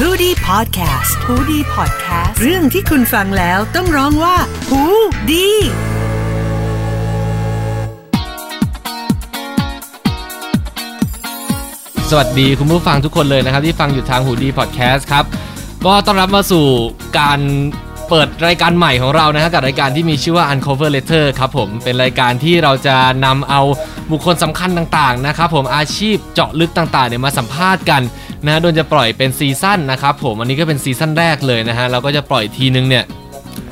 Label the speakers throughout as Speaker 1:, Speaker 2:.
Speaker 1: h o ดี้พอดแคสต์ฮูดี้พอดแคสต์เรื่องที่คุณฟังแล้วต้องร้องว่าหูดี
Speaker 2: สวัสดีคุณผู้ฟังทุกคนเลยนะครับ ที่ฟังอยู่ทางหูดีพอดแคสต์ครับ ก็ต้อนรับมาสู่การเปิดรายการใหม่ของเรานะฮะกับรายการที่มีชื่อว่า Uncover Letter ครับผมเป็นรายการที่เราจะนำเอาบุคคลสำคัญต่างๆนะครับผมอาชีพเจาะลึกต่างๆเนี่ยมาสัมภาษณ์กันนะฮะโดยจะปล่อยเป็นซีซั่นนะครับผมอันนี้ก็เป็นซีซั่นแรกเลยนะฮะเราก็จะปล่อยทีนึงเนี่ย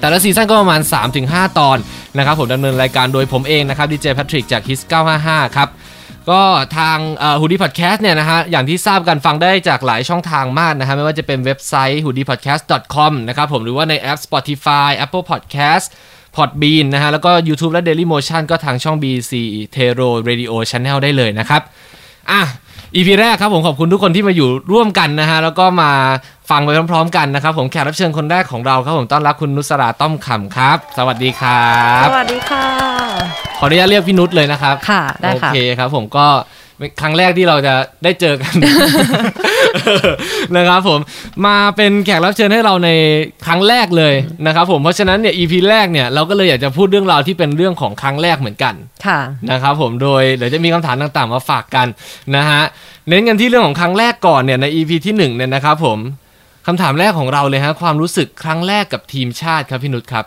Speaker 2: แต่ละซีซั่นก็ประมาณ 3-5 ตอนนะครับผมดำเนินรายการโดยผมเองนะครับดีเจแพทริกจาก h i s 955 ครับ ก็ทางฮูดี้พอดแคสต์เนี่ยนะฮะอย่างที่ทราบกันฟังได้จากหลายช่องทางมากนะฮะไม่ว่าจะเป็นเว็บไซต์ h o o d i podcast com นะครับผมหรือว่าในแอป Spotify Apple Podcast Podbean นะฮะแล้วก็ YouTube และ Daily Motion ก็ทางช่อง BC t e r o Radio Channel ได้เลยนะครับ อ่ะอีพีแรกครับผมขอบคุณทุกคนที่มาอยู่ร่วมกันนะฮะแล้วก็มาฟังไปพร้อมๆกันนะครับ ผมแขกรับเชิญคนแรกของเราครับผมต้อนรับคุณนุสราต้อมขำครับ สวัสดีครับ
Speaker 3: สวัสดีค่ะ
Speaker 2: ขออนุญาตเรียกพี่นุชเลยนะครับ
Speaker 3: ค่ะ ได้ค่ะ
Speaker 2: โอเคครับผมก็เป็นครั้งแรกที่เราจะได้เจอกัน นะครับผมมาเป็นแขกรับเชิญให้เราในครั้งแรกเลยนะครับผมเพราะฉะนั้นเนี่ย EP แรกเนี่ยเราก็เลยอยากจะพูดเรื่องราวที่เป็นเรื่องของครั้งแรกเหมือนกัน
Speaker 3: ค่ะ
Speaker 2: นะครับผมโดยเดี๋ยวจะมีคำถามต่างๆ มาฝากกันนะฮะเน้นกันที่เรื่องของครั้งแรกก่อนเนี่ยใน EP ที่1เนี่ยนะครับผมคำถามแรกของเราเลยฮะความรู้สึกครั้งแรกกับทีมชาติครับพี่นุชครับ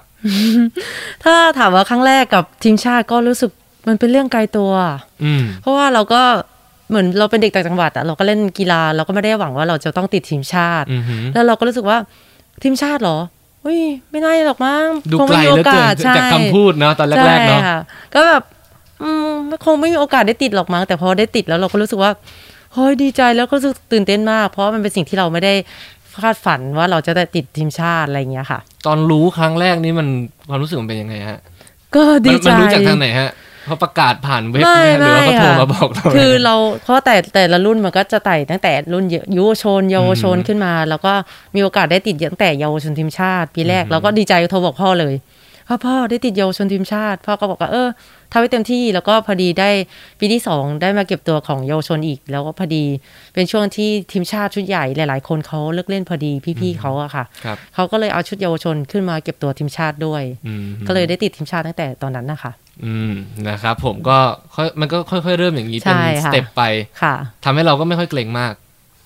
Speaker 3: ถ้าถามว่าครั้งแรกกับทีมชาติก็รู้สึกมันเป็นเรื่องไกลตัว
Speaker 2: อืม
Speaker 3: เพราะว่าเราก็เหมือนเราเป็นเด็กต่างจังหวัดอะเราก็เล่นกีฬาเราก็ไม่ได้หวังว่าเราจะต้องติดทีมชาติ
Speaker 2: อือหือ
Speaker 3: แล้วเราก็รู้สึกว่าทีมชาติเหรออุ้ยไม่น่าหรอกมั้ง
Speaker 2: ดู
Speaker 3: คง
Speaker 2: ไกล
Speaker 3: ไม่มี
Speaker 2: เห
Speaker 3: โอ
Speaker 2: ลือเกิ
Speaker 3: กาส
Speaker 2: นจากคำพูดเนาะตอน
Speaker 3: ใช่
Speaker 2: แรกๆเนาะ
Speaker 3: ค่ะ ก็แบบอืมคงไม่มีโอกาสได้ติดหรอกมั้งแต่พอได้ติดแล้วเราก็รู้สึกว่าเฮ้ยดีใจแล้วก็รู้สึกตื่นเต้นมาก เพราะมันเป็นสิ่งที่เราไม่ได้คาดฝันว่าเราจะได้ติดทีมชาติอะไรอย่างเงี้ยค่ะ
Speaker 2: ตอนรู้ครั้งแรกนี่มันความรู้สึกมันเป็นยังไงฮะ
Speaker 3: ก็
Speaker 2: มั
Speaker 3: ดี
Speaker 2: น
Speaker 3: ใจ
Speaker 2: มันรู้จากทางไหนฮะเขาประกาศผ่านเว็บ
Speaker 3: ไม่
Speaker 2: เนี่ยหรือว่าเขาโทร
Speaker 3: ไม่ค่ะ
Speaker 2: มาบอกเรา
Speaker 3: คือ
Speaker 2: เนี่ย
Speaker 3: เราเพราะแต่แต่ละรุ่นมันก็จะไต่ตั้งแต่รุ่นเยยุวชนเยาวชน
Speaker 2: อืม
Speaker 3: ขึ้นมา แล้วก็มีโอกาสได้ติดตั้งแต่เยาวชนทีมชาติปีแรก
Speaker 2: อืม
Speaker 3: แล้วก็ดีใจโทรบอกพ่อเลยพ่อพ่อได้ติดเยาวชนทีมชาติ พ่อก็บอกว่าเออทำให้เต็มที่แล้วก็พอดีได้ปีที่สองได้มาเก็บตัวของเยาวชนอีก แล้วก็พอดีเป็นช่วงที่ทีมชาติชุดใหญ่หลาย ๆ คนเขาเลิกเล่นพอดีพี่ๆเขาอะค่ะ
Speaker 2: ครับ
Speaker 3: เขาก็เลยเอาชุดเยาวชนขึ้นมาเก็บตัวทีมชาติด้วย
Speaker 2: อืม
Speaker 3: ก็เลยได้ติดทีมชาติตั้งแต่ตอนนั้นนะคะ
Speaker 2: อืมนะครับผมก็ค่อยมันก็ค่อยๆเริ่มอย่างนี้เป็น
Speaker 3: ใช่
Speaker 2: ส
Speaker 3: ค่ะ
Speaker 2: เต็ปไป
Speaker 3: ค่ะ
Speaker 2: ทำให้เราก็ไม่ค่อยเกรงมาก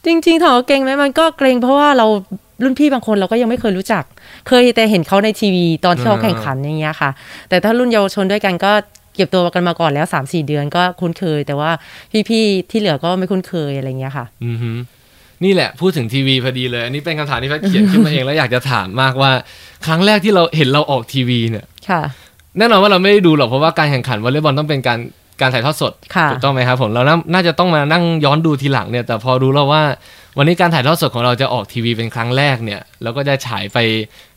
Speaker 3: จริงๆถามว่าเกรงไหมมันก็เกรงเพราะว่าเรารุ่นพี่บางคนเราก็ยังไม่เคยรู้จัก เคยแต่เห็นเขาในทีวีตอนที่เขา
Speaker 2: อ่า
Speaker 3: แข่งขันอย่างเงี้ยค่ะ แต่ถ้ารุ่นเยาวชนด้วยกันก็เก็บตัวกันมาก่อนแล้ว 3 4 เดือนก็คุ้นเคย แต่ว่าพี่ๆที่เหลือก็ไม่คุ้นเคยอะไรเงี้ยค่ะ
Speaker 2: อือฮึนี่แหละพูดถึงทีวีพอดีเลย อันนี้เป็นคำถามที่แพทย์เขี ยนขึ้นมาเองแล้วอยากจะถามมากว่า ครั้งแรกที่เราเห็นเราออกทีวีเนี่ย
Speaker 3: ค่ะ
Speaker 2: แน่นอนว่าเราไม่ได้ดูหรอกเพราะว่าการแข่งขันวอลเลย์บอลต้องเป็นการการถ่ายทอดสด
Speaker 3: ค่ะ
Speaker 2: ถูกต้องไหมครับผมเราน่าน่าจะต้องมานั่งย้อนดูทีหลังเนี่ยแต่พอรู้แล้วว่า วันนี้การถ่ายทอดสดของเราจะออกทีวีเป็นครั้งแรกเนี่ยเราก็จะฉายไป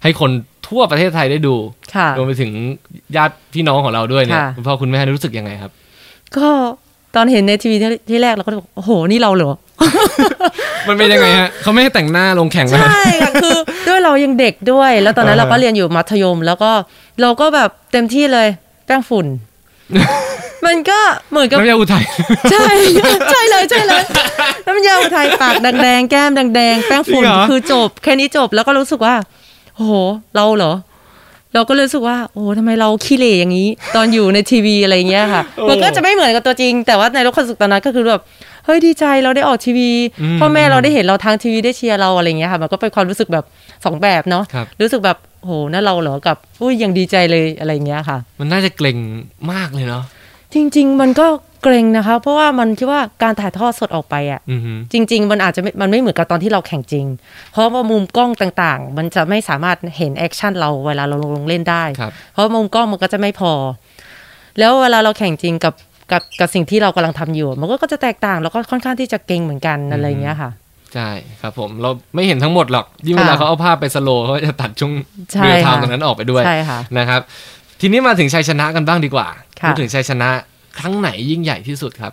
Speaker 2: ให้คนทั่วประเทศไทยได้ดู
Speaker 3: ค่ะ
Speaker 2: รวมไปถึงญาติพี่น้องของเราด้วยเนี่ย
Speaker 3: ค่ะ
Speaker 2: คุณพ่อคุณแม่รู้สึกยังไงครับ
Speaker 3: ก็ตอนเห็นในทีวีที่แรกเราก็บอกโอ้โหนี่เราเหรอ
Speaker 2: มันเป็นยังไงฮะเขาไม่ให้แต่งหน้าลงแข่งนะ
Speaker 3: ใช่ค่ะคือด้วยเรายังเด็กด้วย แล้วตอนนั้น
Speaker 2: เออ
Speaker 3: เราก็เรียนอยู่มัธยม แล้วก็เราก็แบบเต็มที่เลยแป้ง ฝุ่น มันก็เหมือนกับ
Speaker 2: น้ำยาอุทัย
Speaker 3: ใช่ ใช่เลยใช่เลย น้ำยาอุทัยปากแดงๆแก้มแดงๆแป้งฝุ่น
Speaker 2: จริงเหรอ
Speaker 3: คือจบ แค่นี้จบแล้วก็รู้สึกว่าโอ้โห เราเหรอ เราก็เลยรู้สึกว่า โอ้โหทำไมเราขี้เหร่อย่างนี้ ตอนอยู่ในทีวีอะไรอย่างเงี้ยค่ะ มันก็จะไม่เหมือนกับตัวจริง แต่ว่าในรถคอนสุกตอนนั้นก็คือแบบเฮ้ยดีใจเราได้ออกทีวีพ่อแม่เราได้เห็นเราทางทีวีได้เชียร์เราอะไรอย่างเงี้ยค่ะมันก็เป็นความรู้สึกแบบสองแบบเนาะ
Speaker 2: ครับ
Speaker 3: รู้สึกแบบโอ้โหนั่นเราเหรอกับอุ้ยยังดีใจเลยอะไรอย่างเงี้ยค่ะ
Speaker 2: มันน่าจะเกรงมากเลยเนาะ
Speaker 3: จริง ๆ มันก็เกรงนะคะ เพราะว่ามันคิดว่าการถ่ายทอดสดออกไปอะ
Speaker 2: อือหือ
Speaker 3: จริง ๆ มันอาจจะไม่มันไม่เหมือนกับตอนที่เราแข่งจริง เพราะว่ามุมกล้องต่างๆ มันจะไม่สามารถเห็นแอคชั่นเราเวลาเราลงเล่นได้
Speaker 2: ครับ
Speaker 3: เพราะมุมกล้องมันก็จะไม่พอ แล้วเวลาเราแข่งจริงกับกับกับสิ่งที่เรากำลังทำอยู่ มันก็ก็จะแตกต่างแล้วก็ค่อนข้างที่จะเก่งเหมือนกันอะไรอย่างเงี้ยค่ะ
Speaker 2: ใช่ครับผมเราไม่เห็นทั้งหมดหรอก ยิ่งเวลา
Speaker 3: ค่ะ
Speaker 2: เขาเอาภาพไปสโลว์เขาจะตัดช่วง
Speaker 3: ใช่
Speaker 2: เรียลไทม์
Speaker 3: ค่ะ
Speaker 2: ตรงนั้นออกไปด้วย
Speaker 3: ใช่ค่ะ
Speaker 2: นะครับ ทีนี้มาถึงชัยชนะกันบ้างดีกว่า
Speaker 3: ค่ะ
Speaker 2: พูดถึงชัยชนะครั้งไหนยิ่งใหญ่ที่สุดครับ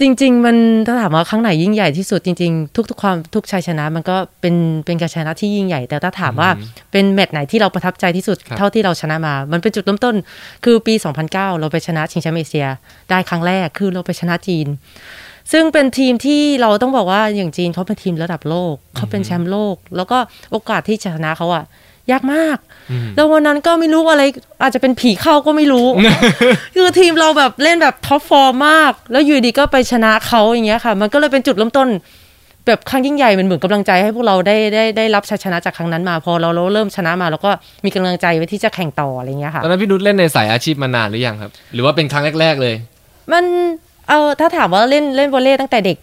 Speaker 3: จริง ๆ มันถ้าถามว่าครั้งไหนยิ่งใหญ่ที่สุดจริง ๆ ทุก ๆ ความทุกชัยชนะ มันก็เป็นเป็นการชนะที่ยิ่งใหญ่ แต่ถ้าถามว่าเป็นแมตช์ไหนที่เราประทับใจที่สุด
Speaker 2: ครับ
Speaker 3: เท่าที่เราชนะมา มันเป็นจุดเริ่มต้น คือปี 2009 เราไปชนะชิงแชมป์เอเชีย ได้ครั้งแรกคือเราไปชนะจีน ซึ่งเป็นทีมที่เราต้องบอกว่าอย่างจีนเขาเป็นทีมระดับโลกเขาเป็นแชมป์โลก แล้วก็โอกาสที่จะชนะเขาอะยากมาก
Speaker 2: อืม
Speaker 3: แล้ววันนั้นก็ไม่รู้อะไรอาจจะเป็นผีเข้าก็ไม่ รู้ คือทีมเราแบบเล่นแบบท็อปฟอร์มมาก แล้วอยู่ดีก็ไปชนะเขาอย่างเงี้ยค่ะ มันก็เลยเป็นจุดเริ่มต้น แบบครั้งยิ่งใหญ่มันเหมือนกำลังใจให้พวกเราได้ได้ได้รับชัยชนะจากครั้งนั้นมา พอเราเราเริ่มชนะมาเราก็มีกำลังใจไว้ที่จะแข่งต่ออะไรเงี้ยค่ะ
Speaker 2: ตอนนั้นพี่นุชเล่นในสายอาชีพมานานหรือยังครับ หรือว่าเป็นครั้งแรก ๆ เลย
Speaker 3: มันเออถ้าถามว่าเล่นเล่นวอลเลย์ตั้งแต่เด็ก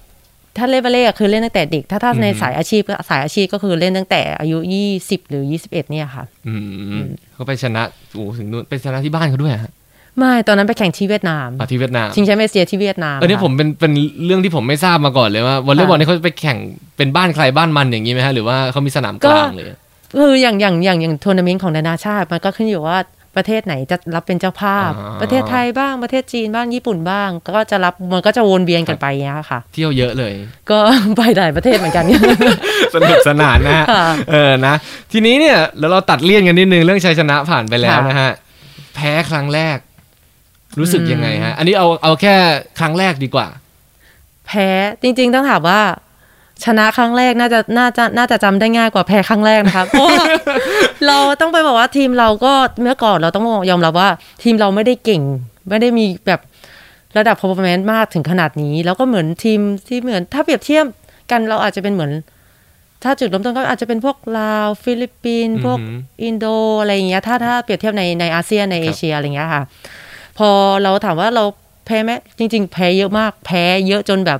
Speaker 3: ถ้าเล่นวอลเลย์อะคือเล่นตั้งแต่เด็ก ถ้าถ้าใน
Speaker 2: อืม
Speaker 3: สายอาชีพก็สายอาชีพก็คือเล่นตั้งแต่อายุ 20 หรือ 21เนี่ยค่ะ
Speaker 2: อืมเขาไปชนะโอ้โหถึงนู่นไปชนะที่บ้านเขาด้วยฮะ
Speaker 3: ไม่ตอนนั้นไปแข่งที่เวียดนาม
Speaker 2: อ่ะที่เวียดนาม
Speaker 3: ชิงแชมป์เอเชียที่เวียดนาม
Speaker 2: เออเนี่ย
Speaker 3: ค่ะ
Speaker 2: ผมเป็นเป็นเรื่องที่ผมไม่ทราบมาก่อนเลยว่าวอลเลย์บอลเนี่ยเขาไปแข่งเป็นบ้านใครบ้านมันอย่างนี้ไหมฮะหรือว่าเขามีสนามกลางเลย
Speaker 3: คืออย่างอย่างอย่างอย่างทัวร์นาเมนต์ของนานาชาติ มันก็ขึ้นอยู่ว่าประเทศไหนจะรับเป็นเจ้าภาพ
Speaker 2: อ่า
Speaker 3: ประเทศไทยบ้างประเทศจีนบ้างญี่ปุ่นบ้าง ก็จะรับมันก็จะวนเวียนกันไปอย่างเงี้ยค่ะ
Speaker 2: เที่ยวเยอะเลย
Speaker 3: ก็ ไปหลายประเท ศเหมือนกัน
Speaker 2: สนุกสนานนะฮะ
Speaker 3: ค่ะ
Speaker 2: เออนะ ทีนี้เนี่ยแล้วเราตัดเลี่ยนกันนิดนึงเรื่องชัยชนะผ่านไปแล้ว
Speaker 3: ค่ะ
Speaker 2: นะฮะแพ้ครั้งแรก รู้สึกยังไงฮะ อันนี้เอาเอาแค่ครั้งแรกดีกว่า
Speaker 3: แพ้จริง ๆ ต้องถามว่า ชนะครั้งแรกน่าจะน่าจะน่าจะจำได้ง่ายกว่าแพ้ครั้งแรกนะครับ เพราะว่าเราต้องไปบอกว่าทีมเราก็เมื่อก่อนเราต้องยอมรับว่า ทีมเราไม่ได้เก่ง ไม่ได้มีแบบระดับ performance มากถึงขนาดนี้ แล้วก็เหมือนทีมที่เหมือนถ้าเปรียบเทียบกันเราอาจจะเป็นเหมือน ถ้าจุดเริ่มต้นก็อาจจะเป็นพวกลาว ฟิลิปปินส์พวก
Speaker 2: อือหือ
Speaker 3: อินโดอะไรอย่างเงี้ยถ้าถ้าเปรียบเทียบในในอาเซียนในเอเชียอะไรอย่างเงี้ยค่ะ พอเราถามว่าเราแพ้ไหมจริง ๆ แพ้เยอะมาก แพ้เยอะจนแบบ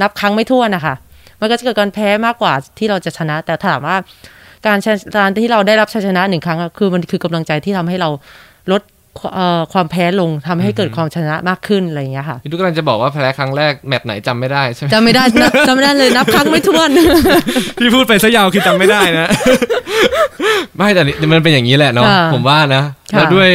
Speaker 3: นับครั้งไม่ถ้วนนะคะมันก็จะเกิดการแพ้มากกว่าที่เราจะชนะ แต่ถามว่าการชนะการที่เราได้รับชัยชนะหนึ่งครั้งอะคือมันคือกำลังใจที่ทำให้เราลดเอ่อความแพ้ลงทำให้เกิดความชนะมากขึ้นอะไรอย่างเงี้ยค่ะ
Speaker 2: พี่ทุกกำลังจะบอกว่าแพ้ครั้งแรกแมตช์ไหนจำไม่ได้ใช่ไหม
Speaker 3: จำไม่ได้นับ จำไม่ได้เลยนับครั้งไม่ถ้ วน
Speaker 2: พี่พูดไปซะยาวคือจำไม่ได้ นะ ไม่แต่นี่มันเป็นอย่างนี้แหละเนาะ
Speaker 3: ค่ะ
Speaker 2: ผมว่านะ
Speaker 3: ค่ะ
Speaker 2: แล้วด้วย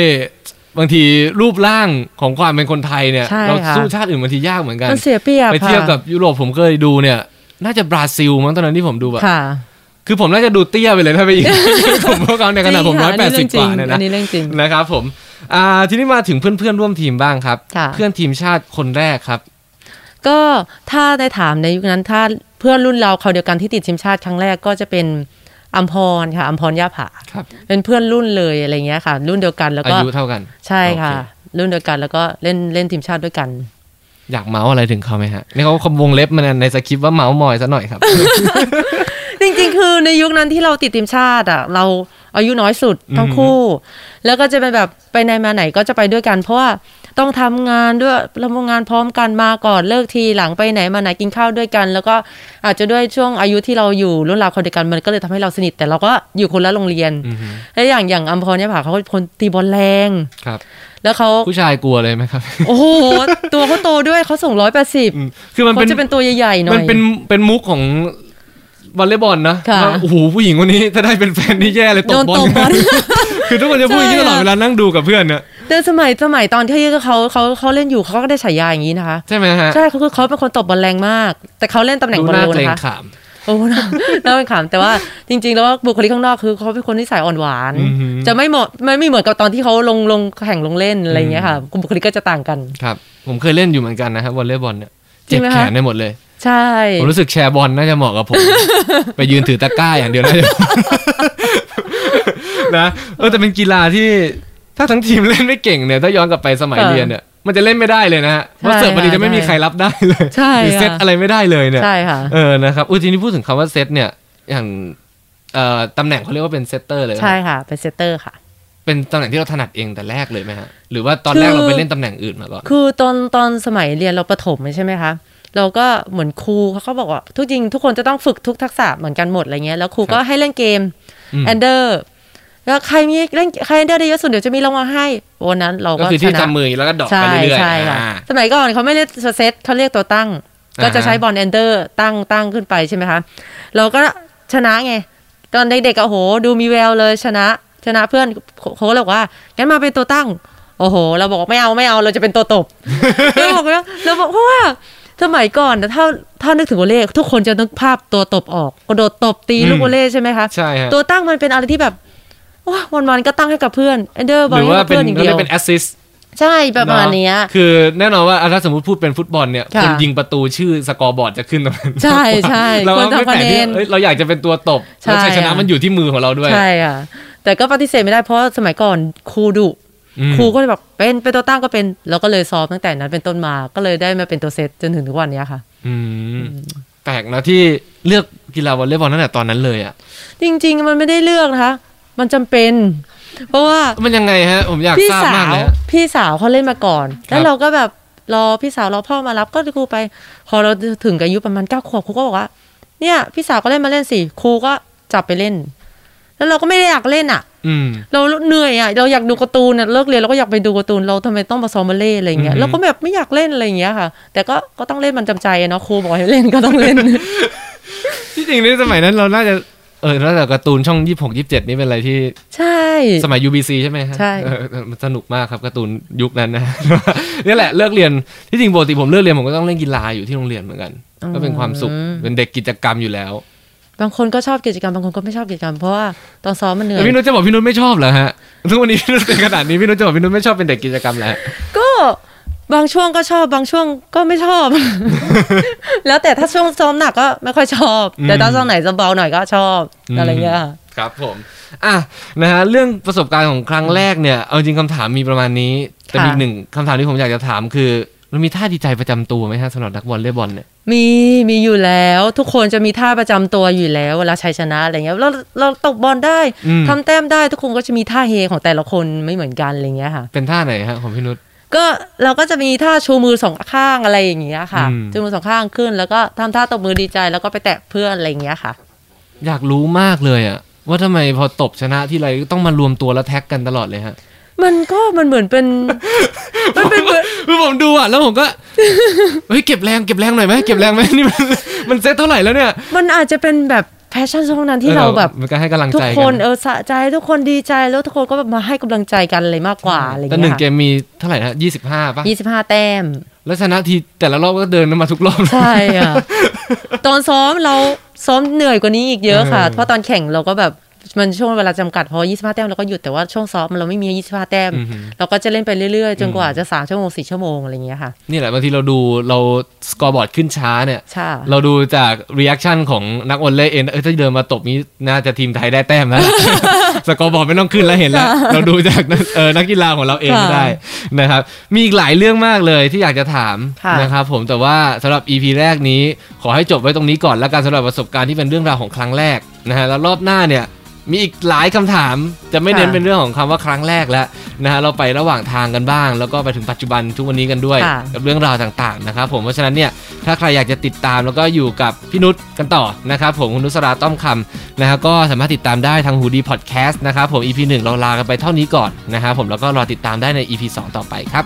Speaker 2: บางทีรูปร่างของความเป็นคนไทยเนี่ย
Speaker 3: ใช่
Speaker 2: เรา
Speaker 3: ค่ะ
Speaker 2: สู้ชาติอื่นบางทียากเหมือนกัน
Speaker 3: มันเสียเปรียบ
Speaker 2: ไปเทียบกับยุโรปผมเคยดูเนี่ย น่าจะบราซิลมั้งตอนนั้นที่ผมดูแบบ
Speaker 3: ค่ะ
Speaker 2: คือผมน่าจะดูเตี้ยไปเลย ถ้าไปอีก ผมพวกเขาในยขนาดผมร้อยแปดสิบกว่าเนี่ยนะ
Speaker 3: อันนี้เรื่องจริง
Speaker 2: นะครับผมอ่าทีนี้มาถึงเพื่อนๆร่วมทีมบ้างครับ
Speaker 3: ค่ะ
Speaker 2: เพื่อนทีมชาติคนแรกครับ
Speaker 3: ก็ถ้าได้ถามในยุคนั้นถ้าเพื่อนรุ่นเราเขาวเดียวกันที่ติดทีมชาติครั้งแรกก็จะเป็นอัมพรค่ะอัมพรย่าผา
Speaker 2: ครับ
Speaker 3: เป็นเพื่อนรุ่นเลยอะไรเงี้ยค่ะ รุ่นเดียวกันแล้ว
Speaker 2: อา
Speaker 3: ก็
Speaker 2: ยุเท่ากัน
Speaker 3: ใช่ค่ะ
Speaker 2: โอ
Speaker 3: รุ่นเดียวกันแล้วก็เล่นเล่นทีมชาติด้วยกัน
Speaker 2: อยากเมาส์อะไรถึงเขาไหมฮะนี่เขาคำวงเล็บมาในสคริปต์ว่าเมาส์มอยซะหน่อยครับ
Speaker 3: จริงๆ คือในยุคนั้นที่เราติดทีมชาติอ่ะเราอายุน้อยสุดทั้งคู่ แล้วก็จะเป็นแบบไปไหนมาไหนก็จะไปด้วยกัน เพราะว่าต้องทำงานด้วยทำงานพร้อมกันมาก่อนเลิกทีหลังไปไหนมาไหนกินข้าวด้วยกัน แล้วก็อาจจะด้วยช่วงอายุที่เราอยู่รุ่นราวคนเดียวกันมันก็เลยทำให้เราสนิท แต่เราก็อยู่คนละโรงเรียน
Speaker 2: อือฮึ
Speaker 3: และอย่างอย่างอัมพรเนี่ยผ่าเขาเป็นคนตีบอลแรง
Speaker 2: ครับ
Speaker 3: แล้วเขา
Speaker 2: ผู้ชายกลัวเลยไหมครับ
Speaker 3: โอ้โหตัวเขาโตด้วยเขาสูงร้อยแปดสิบ
Speaker 2: คือมัน
Speaker 3: เขา
Speaker 2: เป็น
Speaker 3: จะเป็นตัวใหญ่ๆหน่
Speaker 2: มั
Speaker 3: อน ย
Speaker 2: เป็นเป็นมุกของวอลเลย์บอลนะ
Speaker 3: ค่ะ
Speaker 2: ว่าโอ้โหผู้หญิงคนนี้ถ้าได้เป็นแฟนนี่แย่เลยต
Speaker 3: โด
Speaker 2: ก
Speaker 3: น
Speaker 2: บอ
Speaker 3: ต
Speaker 2: ล
Speaker 3: บบอล
Speaker 2: คือทุกคนจะพูดอย่างนี้
Speaker 3: ใช่
Speaker 2: ตล
Speaker 3: อะ
Speaker 2: อดเวลานั่งดูกับเพื่อนเนี่ย
Speaker 3: แต่สมัยสมัยตอนที่เขาเขาเขาเล่นอยู่เขาก็ได้ฉายาอย่างนี้นะคะ
Speaker 2: ใช่ไหมฮะ
Speaker 3: ใช่เขาคือเขาเป็นคนตบบอลแรงมาก แต่เขาเล่นตำแหน่ง
Speaker 2: ดู
Speaker 3: บอล
Speaker 2: หน้า
Speaker 3: โล
Speaker 2: เกรง
Speaker 3: นะคะ
Speaker 2: ขาม
Speaker 3: โอ้ น่าน่าเป็นขำแต่ว่าจริง ๆ แล้วบุคลิกข้างนอกคือเขาเป็นคนนิสัยอ่อนหวาน
Speaker 2: อือหือ
Speaker 3: จะไม่เหมาะไม่ไม่เหมือนกับตอนที่เขาลงลงแข่งลงเล่นอะไรอย่างเงี้ยค่ะบุคลิกก็จะต่างกัน
Speaker 2: ครับ ผมเคยเล่นอยู่เหมือนกันนะครับวอลเลย์บอลเนี่ย
Speaker 3: จริ
Speaker 2: เจ็
Speaker 3: ง
Speaker 2: บ
Speaker 3: ไหมคะ
Speaker 2: แขนได้หมดเลย
Speaker 3: ใช่
Speaker 2: ผมรู้สึกแชร์บอลน่าจะเหมาะกับผม ไปยืนถือตะกร้าอย่างเดียวน่าจะ นะเออแต่เป็นกีฬาที่ถ้าทั้งทีมเล่นไม่เก่งเนี่ย ถ้าย้อนกลับไปสมัยเรียนเนี่ย มันจะเล่นไม่ได้เลยนะฮะเพราะเสิร์ฟพอดีจะไม่มีใครรับได้เลย
Speaker 3: ใช่
Speaker 2: หรือเซต
Speaker 3: ค่ะ
Speaker 2: อะไรไม่ได้เลยเนี่ย
Speaker 3: ใช่ค่ะ
Speaker 2: เออนะครับอุ้ยทีนี้พูดถึงคำว่าเซตเนี่ย อย่างเอ่อตำแหน่งเขาเรียกว่าเป็นเซตเตอร์เลยนะ
Speaker 3: ใช่ค่ะ เป็นเซตเตอร์ค่ะ
Speaker 2: เป็นตำแหน่งที่เราถนัดเองแต่แรกเลยไหมฮะหรือว่าตอนแรก
Speaker 3: คือ
Speaker 2: เราไปเล่นตำแหน่งอื่นมาก่อน
Speaker 3: คือตอนตอนสมัยเรียนเราประถมใช่ไหมคะเราก็เหมือนครูเขาก็บอกว่าทุกจริงทุกคนจะต้องฝึกทุกทักษะเหมือนกันหมดอะไรเงี้ยแล้วครูก็ให้เล่นเกม
Speaker 2: อืม
Speaker 3: แอนเดอร์แล้วใครมีเล่นใครแอนเดอร์ได้เยอะสุดเดี๋ยวจะมีรางวัลให้วันนั้นเรา
Speaker 2: ก็
Speaker 3: ก็
Speaker 2: คือ
Speaker 3: ช
Speaker 2: ที่
Speaker 3: นะ
Speaker 2: ทำมืออย่างนี้แล้วก็ดรอก
Speaker 3: ใช่
Speaker 2: ไปเรื่อย
Speaker 3: ใช่
Speaker 2: ๆ
Speaker 3: ค่ะ
Speaker 2: อ่า
Speaker 3: สมัยก่อนเขาไม่เรียกเซตเขาเรียกตัวตั้ง
Speaker 2: อ่าฮะ
Speaker 3: ก็จะใช้บอลแอนเดอร์ตั้งตั้งขึ้นไปใช่ไหมคะเราก็ชนะไง ตอนเด็กๆอะโอ้โห ดูมีแววเลยชนะ ชนะเพื่อนโค้ชเลยบอกว่างั้นมาเป็นตัวตั้ง โอ้โห เราบอกไม่เอาไม่เอาเราจะเป็นตัวตบ เราบอกว่าเราบอกเพราะว่าสมัยก่อนนะถ้าถ้านึกถึงวอลเลย์ทุกคนจะนึกภาพตัวตบออกกระโดดตบตีลูกวอลเลย์ใช่ไหมคะ
Speaker 2: ใช่ฮะ
Speaker 3: ตัวตั้งมันเป็นอะไรที่แบบว้าวันๆก็ตั้งให้กับเพื่อนเอนเดอร์บอ
Speaker 2: ห
Speaker 3: ล
Speaker 2: รือ
Speaker 3: ให้
Speaker 2: ว่า
Speaker 3: กับ
Speaker 2: เป็น
Speaker 3: เพื่อนอย่าง
Speaker 2: เขา
Speaker 3: เดี
Speaker 2: เรี
Speaker 3: ย
Speaker 2: ยก
Speaker 3: ว
Speaker 2: เป็นแอสซิส
Speaker 3: ใช่ประมาณเนี้ย
Speaker 2: อคือแน่นอนว่าอ่ะถ้าสมมติพูดเป็นฟุตบอลเนี่ย
Speaker 3: ค่ะ
Speaker 2: คนยิงประตูชื่อสกอร์บอร์ดจะขึ้นตรงนั้น
Speaker 3: ใช่ใช่
Speaker 2: เราก็ไม่
Speaker 3: คนทำคะ
Speaker 2: แปลก
Speaker 3: แนน
Speaker 2: ที่เอ้ยเราอยากจะเป็นตัวตบ
Speaker 3: ใช่
Speaker 2: แล้วชัยชนะมันอยู่ที่มือของเราด้วย
Speaker 3: ใช่ค่ะแต่ก็ปฏิเสธไม่ได้เพราะสมัยก่อนครูดุ
Speaker 2: อืม
Speaker 3: ครูก็เลยแบบเป็นเป็นตัวตั้งก็เป็น แล้วก็เลยซ้อมตั้งแต่นั้นเป็นต้นมาก็เลยได้มาเป็นตัวเซตจนถึงทุกวันเนี้ยค่ะ
Speaker 2: อืมแปลกนะที่เลือกกีฬาวอลเลย์บอลตั้งแต่ตอนนั้นเลยอ่ะ
Speaker 3: จริง ๆ มันไม่ได้เลือกนะคะ มันจำเป็น เพราะว่า
Speaker 2: มันยังไงฮะ ผมอยาก
Speaker 3: พี่
Speaker 2: ทรา
Speaker 3: สาม
Speaker 2: บาก
Speaker 3: ว
Speaker 2: เลยฮะ
Speaker 3: พี่สาวเขาเล่นมาก่อน
Speaker 2: ครับ
Speaker 3: แล้วเราก็แบบรอพี่สาวรอพ่อมารับก็ครูไป พอเราถึงอายุประมาณเก้าขวบครูก็บอกว่า เนี่ยพี่สาวก็เล่นมาเล่นสิครูก็จับไปเล่น แล้วเราก็ไม่ได้อยากเล่นอ่ะ
Speaker 2: อืม
Speaker 3: เราเหนื่อยอ่ะเราอยากดูการ์ตูนอ่ะเลิกเรียนเราก็อยากไปดูการ์ตูนเราทำไมต้องมาซ้อมมาเล่นอะไรอย่างเงี้
Speaker 2: อื
Speaker 3: ย
Speaker 2: อฮึ
Speaker 3: เราก็แบบไม่อยากเล่นอะไรอย่างเงี้ยค่ะ แต่ก็ก็ต้องเล่นมันจำใจอะเนาะครูบอกให้เล่นก็ต้องเล่น
Speaker 2: ที่จริงในสมัยนั้นเราน่าจะเออแล้วแต่การ์ตูนช่องยี่หกยี่เจ็ดนี่เป็นอะไรที่
Speaker 3: ใช่
Speaker 2: สมัย UBC ใช่ไหมฮะ
Speaker 3: ใช่
Speaker 2: เออเออมันสนุกมากครับการ์ตูนยุคนั้นนะ นี่แหละเลิกเรียนที่จริงปกติผมเลิกเรียนผมก็ต้องเล่นกีฬาอยู่ที่โรงเรียนเหมือนกัน ก็เป็นความสุขเป็นเด็กกิจกรรมอยู่แล้ว
Speaker 3: บางคนก็ชอบกิจกรรมบางคนก็ไม่ชอบกิจกรรมเพราะว่าตอนซ้อมมันเหนื่อ
Speaker 2: แต่
Speaker 3: ย
Speaker 2: พี่นุชจะบอกพี่นุชไม่ชอบเหรอฮะทุกวันนี้พี่นุชเป็นขนาดนี้พี่นุชจะบอกพี่นุชไม่ชอบเป็นเด็กกิจกรรมแล้ว
Speaker 3: ก็บางช่วงก็ชอบบางช่วงก็ไม่ชอบ แล้วแต่ถ้าช่วงซ้อมหนักก็ไม่ค่อยชอบ แต่ถ้าช่วงไหนจะเบาหน่อยก็ชอบอะไรเงี้ยค่ะ
Speaker 2: ครับผมอ่ะนะฮะเรื่องประสบการณ์ของครั้งแรกเนี่ยเอาจริงคำถามมีประมาณนี้แต่มีอีกหนึ่งคำถามที่ผมอยากจะถามคือมันมีท่าดีใจประจำตัวไหมฮะสำหรับนักวอลเลย์บอลเนี่ย
Speaker 3: มีมีอยู่แล้ว ทุกคนจะมีท่าประจำตัวอยู่แล้วเวลาชัยชนะอะไรเงี้ยเราเราตกบอลได้
Speaker 2: อืม
Speaker 3: ทำแต้มได้ทุกคนก็จะมีท่าเฮของแต่ละคนไม่เหมือนกันอะไรเงี้ยค่ะ
Speaker 2: เป็นท่าไหนฮะของพี่นุช
Speaker 3: ก็เราก็จะมีท่าชูมือสองข้างอะไรอย่างเงี้ยค่ะ
Speaker 2: อืม
Speaker 3: ชูมือสองข้างขึ้น แล้วก็ทำท่าตบมือดีใจแล้วก็ไปแตะเพื่อนอะไรเงี้ยค่ะ
Speaker 2: อยากรู้มากเลยอะว่าทำไมพอตบชนะที่ไรต้องมารวมตัวแล้วแท็กกันตลอดเลยฮะ
Speaker 3: มันก็มันเหมือนเป็น มันเป็นเหมือน
Speaker 2: คือผมดูอะแล้วผมก็ เฮ้ยเก็บแรงเก็บแรงหน่อยไหมเก็บแรงไหมนี่มันมันเซตเท่าไหร่แล้วเนี่ย
Speaker 3: มันอาจจะเป็นแบบแพชชั่นช่วงนั้นที่เราแบบ
Speaker 2: มันก็ให้กำลัง
Speaker 3: ทุก
Speaker 2: ใจ
Speaker 3: ค
Speaker 2: กัน
Speaker 3: เออสะใจทุกคนดีใจแล้วทุกคนก็แบบมาให้กำลังใจกันเลยมากกว่าอะไร
Speaker 2: แต่
Speaker 3: เงี้ย
Speaker 2: หนึ่งเกมมีเท่าไหร่นะยี่สิบห้าป่ะ
Speaker 3: ยี่สิบห้าแต้ม
Speaker 2: แล้วชนะทีแต่ละรอบก็เดินมาทุกรอบ
Speaker 3: ใช่อ่ะ ตอนซ้อมเราซ้อมเหนื่อยกว่านี้อีกเยอะค่ะ
Speaker 2: เออ
Speaker 3: เพราะตอนแข่งเราก็แบบมันช่วงเวลาจำกัดพอ25 แต้มเราก็หยุดแต่ว่าช่วงซ้อมเราไม่มี 25 แต้ม
Speaker 2: อือหือ
Speaker 3: เราก็จะเล่นไปเรื่อยๆ จนกว่าจะสามชั่วโมงสี่ชั่วโมงอะไรเงี้ยค่ะ
Speaker 2: นี่แหละบางทีเราดูเราสกอร์บอร์ดขึ้นช้าเนี่ย
Speaker 3: ใช่
Speaker 2: เราดูจากรีแอคชั่นของนักวอลเลย์เองเออถ้าเดินมาตบนี้น่าจะทีมไทยได้แต้มแล้ว สกอร์บอร์ดไม่ต้องขึ้นแล้วเห็นแล้ว เราดูจาก เออนักกีฬาของเราเองก็ได้นะครับ มีอีกหลายเรื่องมากเลยที่อยากจะถามนะครับผมแต่ว่าสำหรับ EP แรกนี้ ขอให้จบไว้ตรงนี้ก่อนแล้วกันสำหรับประสบการณ์ที่เป็นเรื่องราวของครั้งแรกนะฮะแล้วรอบหน้าเนี่ย มีอีกหลายคำถามจะไม่เน้นเป็นเรื่องของคำว่าครั้งแรกแล้วนะฮะเราไประหว่างทางกันบ้าง แล้วก็ไปถึงปัจจุบันทุกวันนี้กันด้วย กับเรื่องราวต่างๆนะครับผมเพราะฉะนั้นเนี่ย ถ้าใครอยากจะติดตามแล้วก็อยู่กับพี่นุชกันต่อนะครับผมคุณนุสราต้อมคำนะครับก็สามารถติดตามได้ทางหูดีพอดแคสต์นะครับผม EP 1 เราลากันไปเท่านี้ก่อนนะครับผมแล้วก็รอติดตามได้ใน EP 2 ต่อไปครับ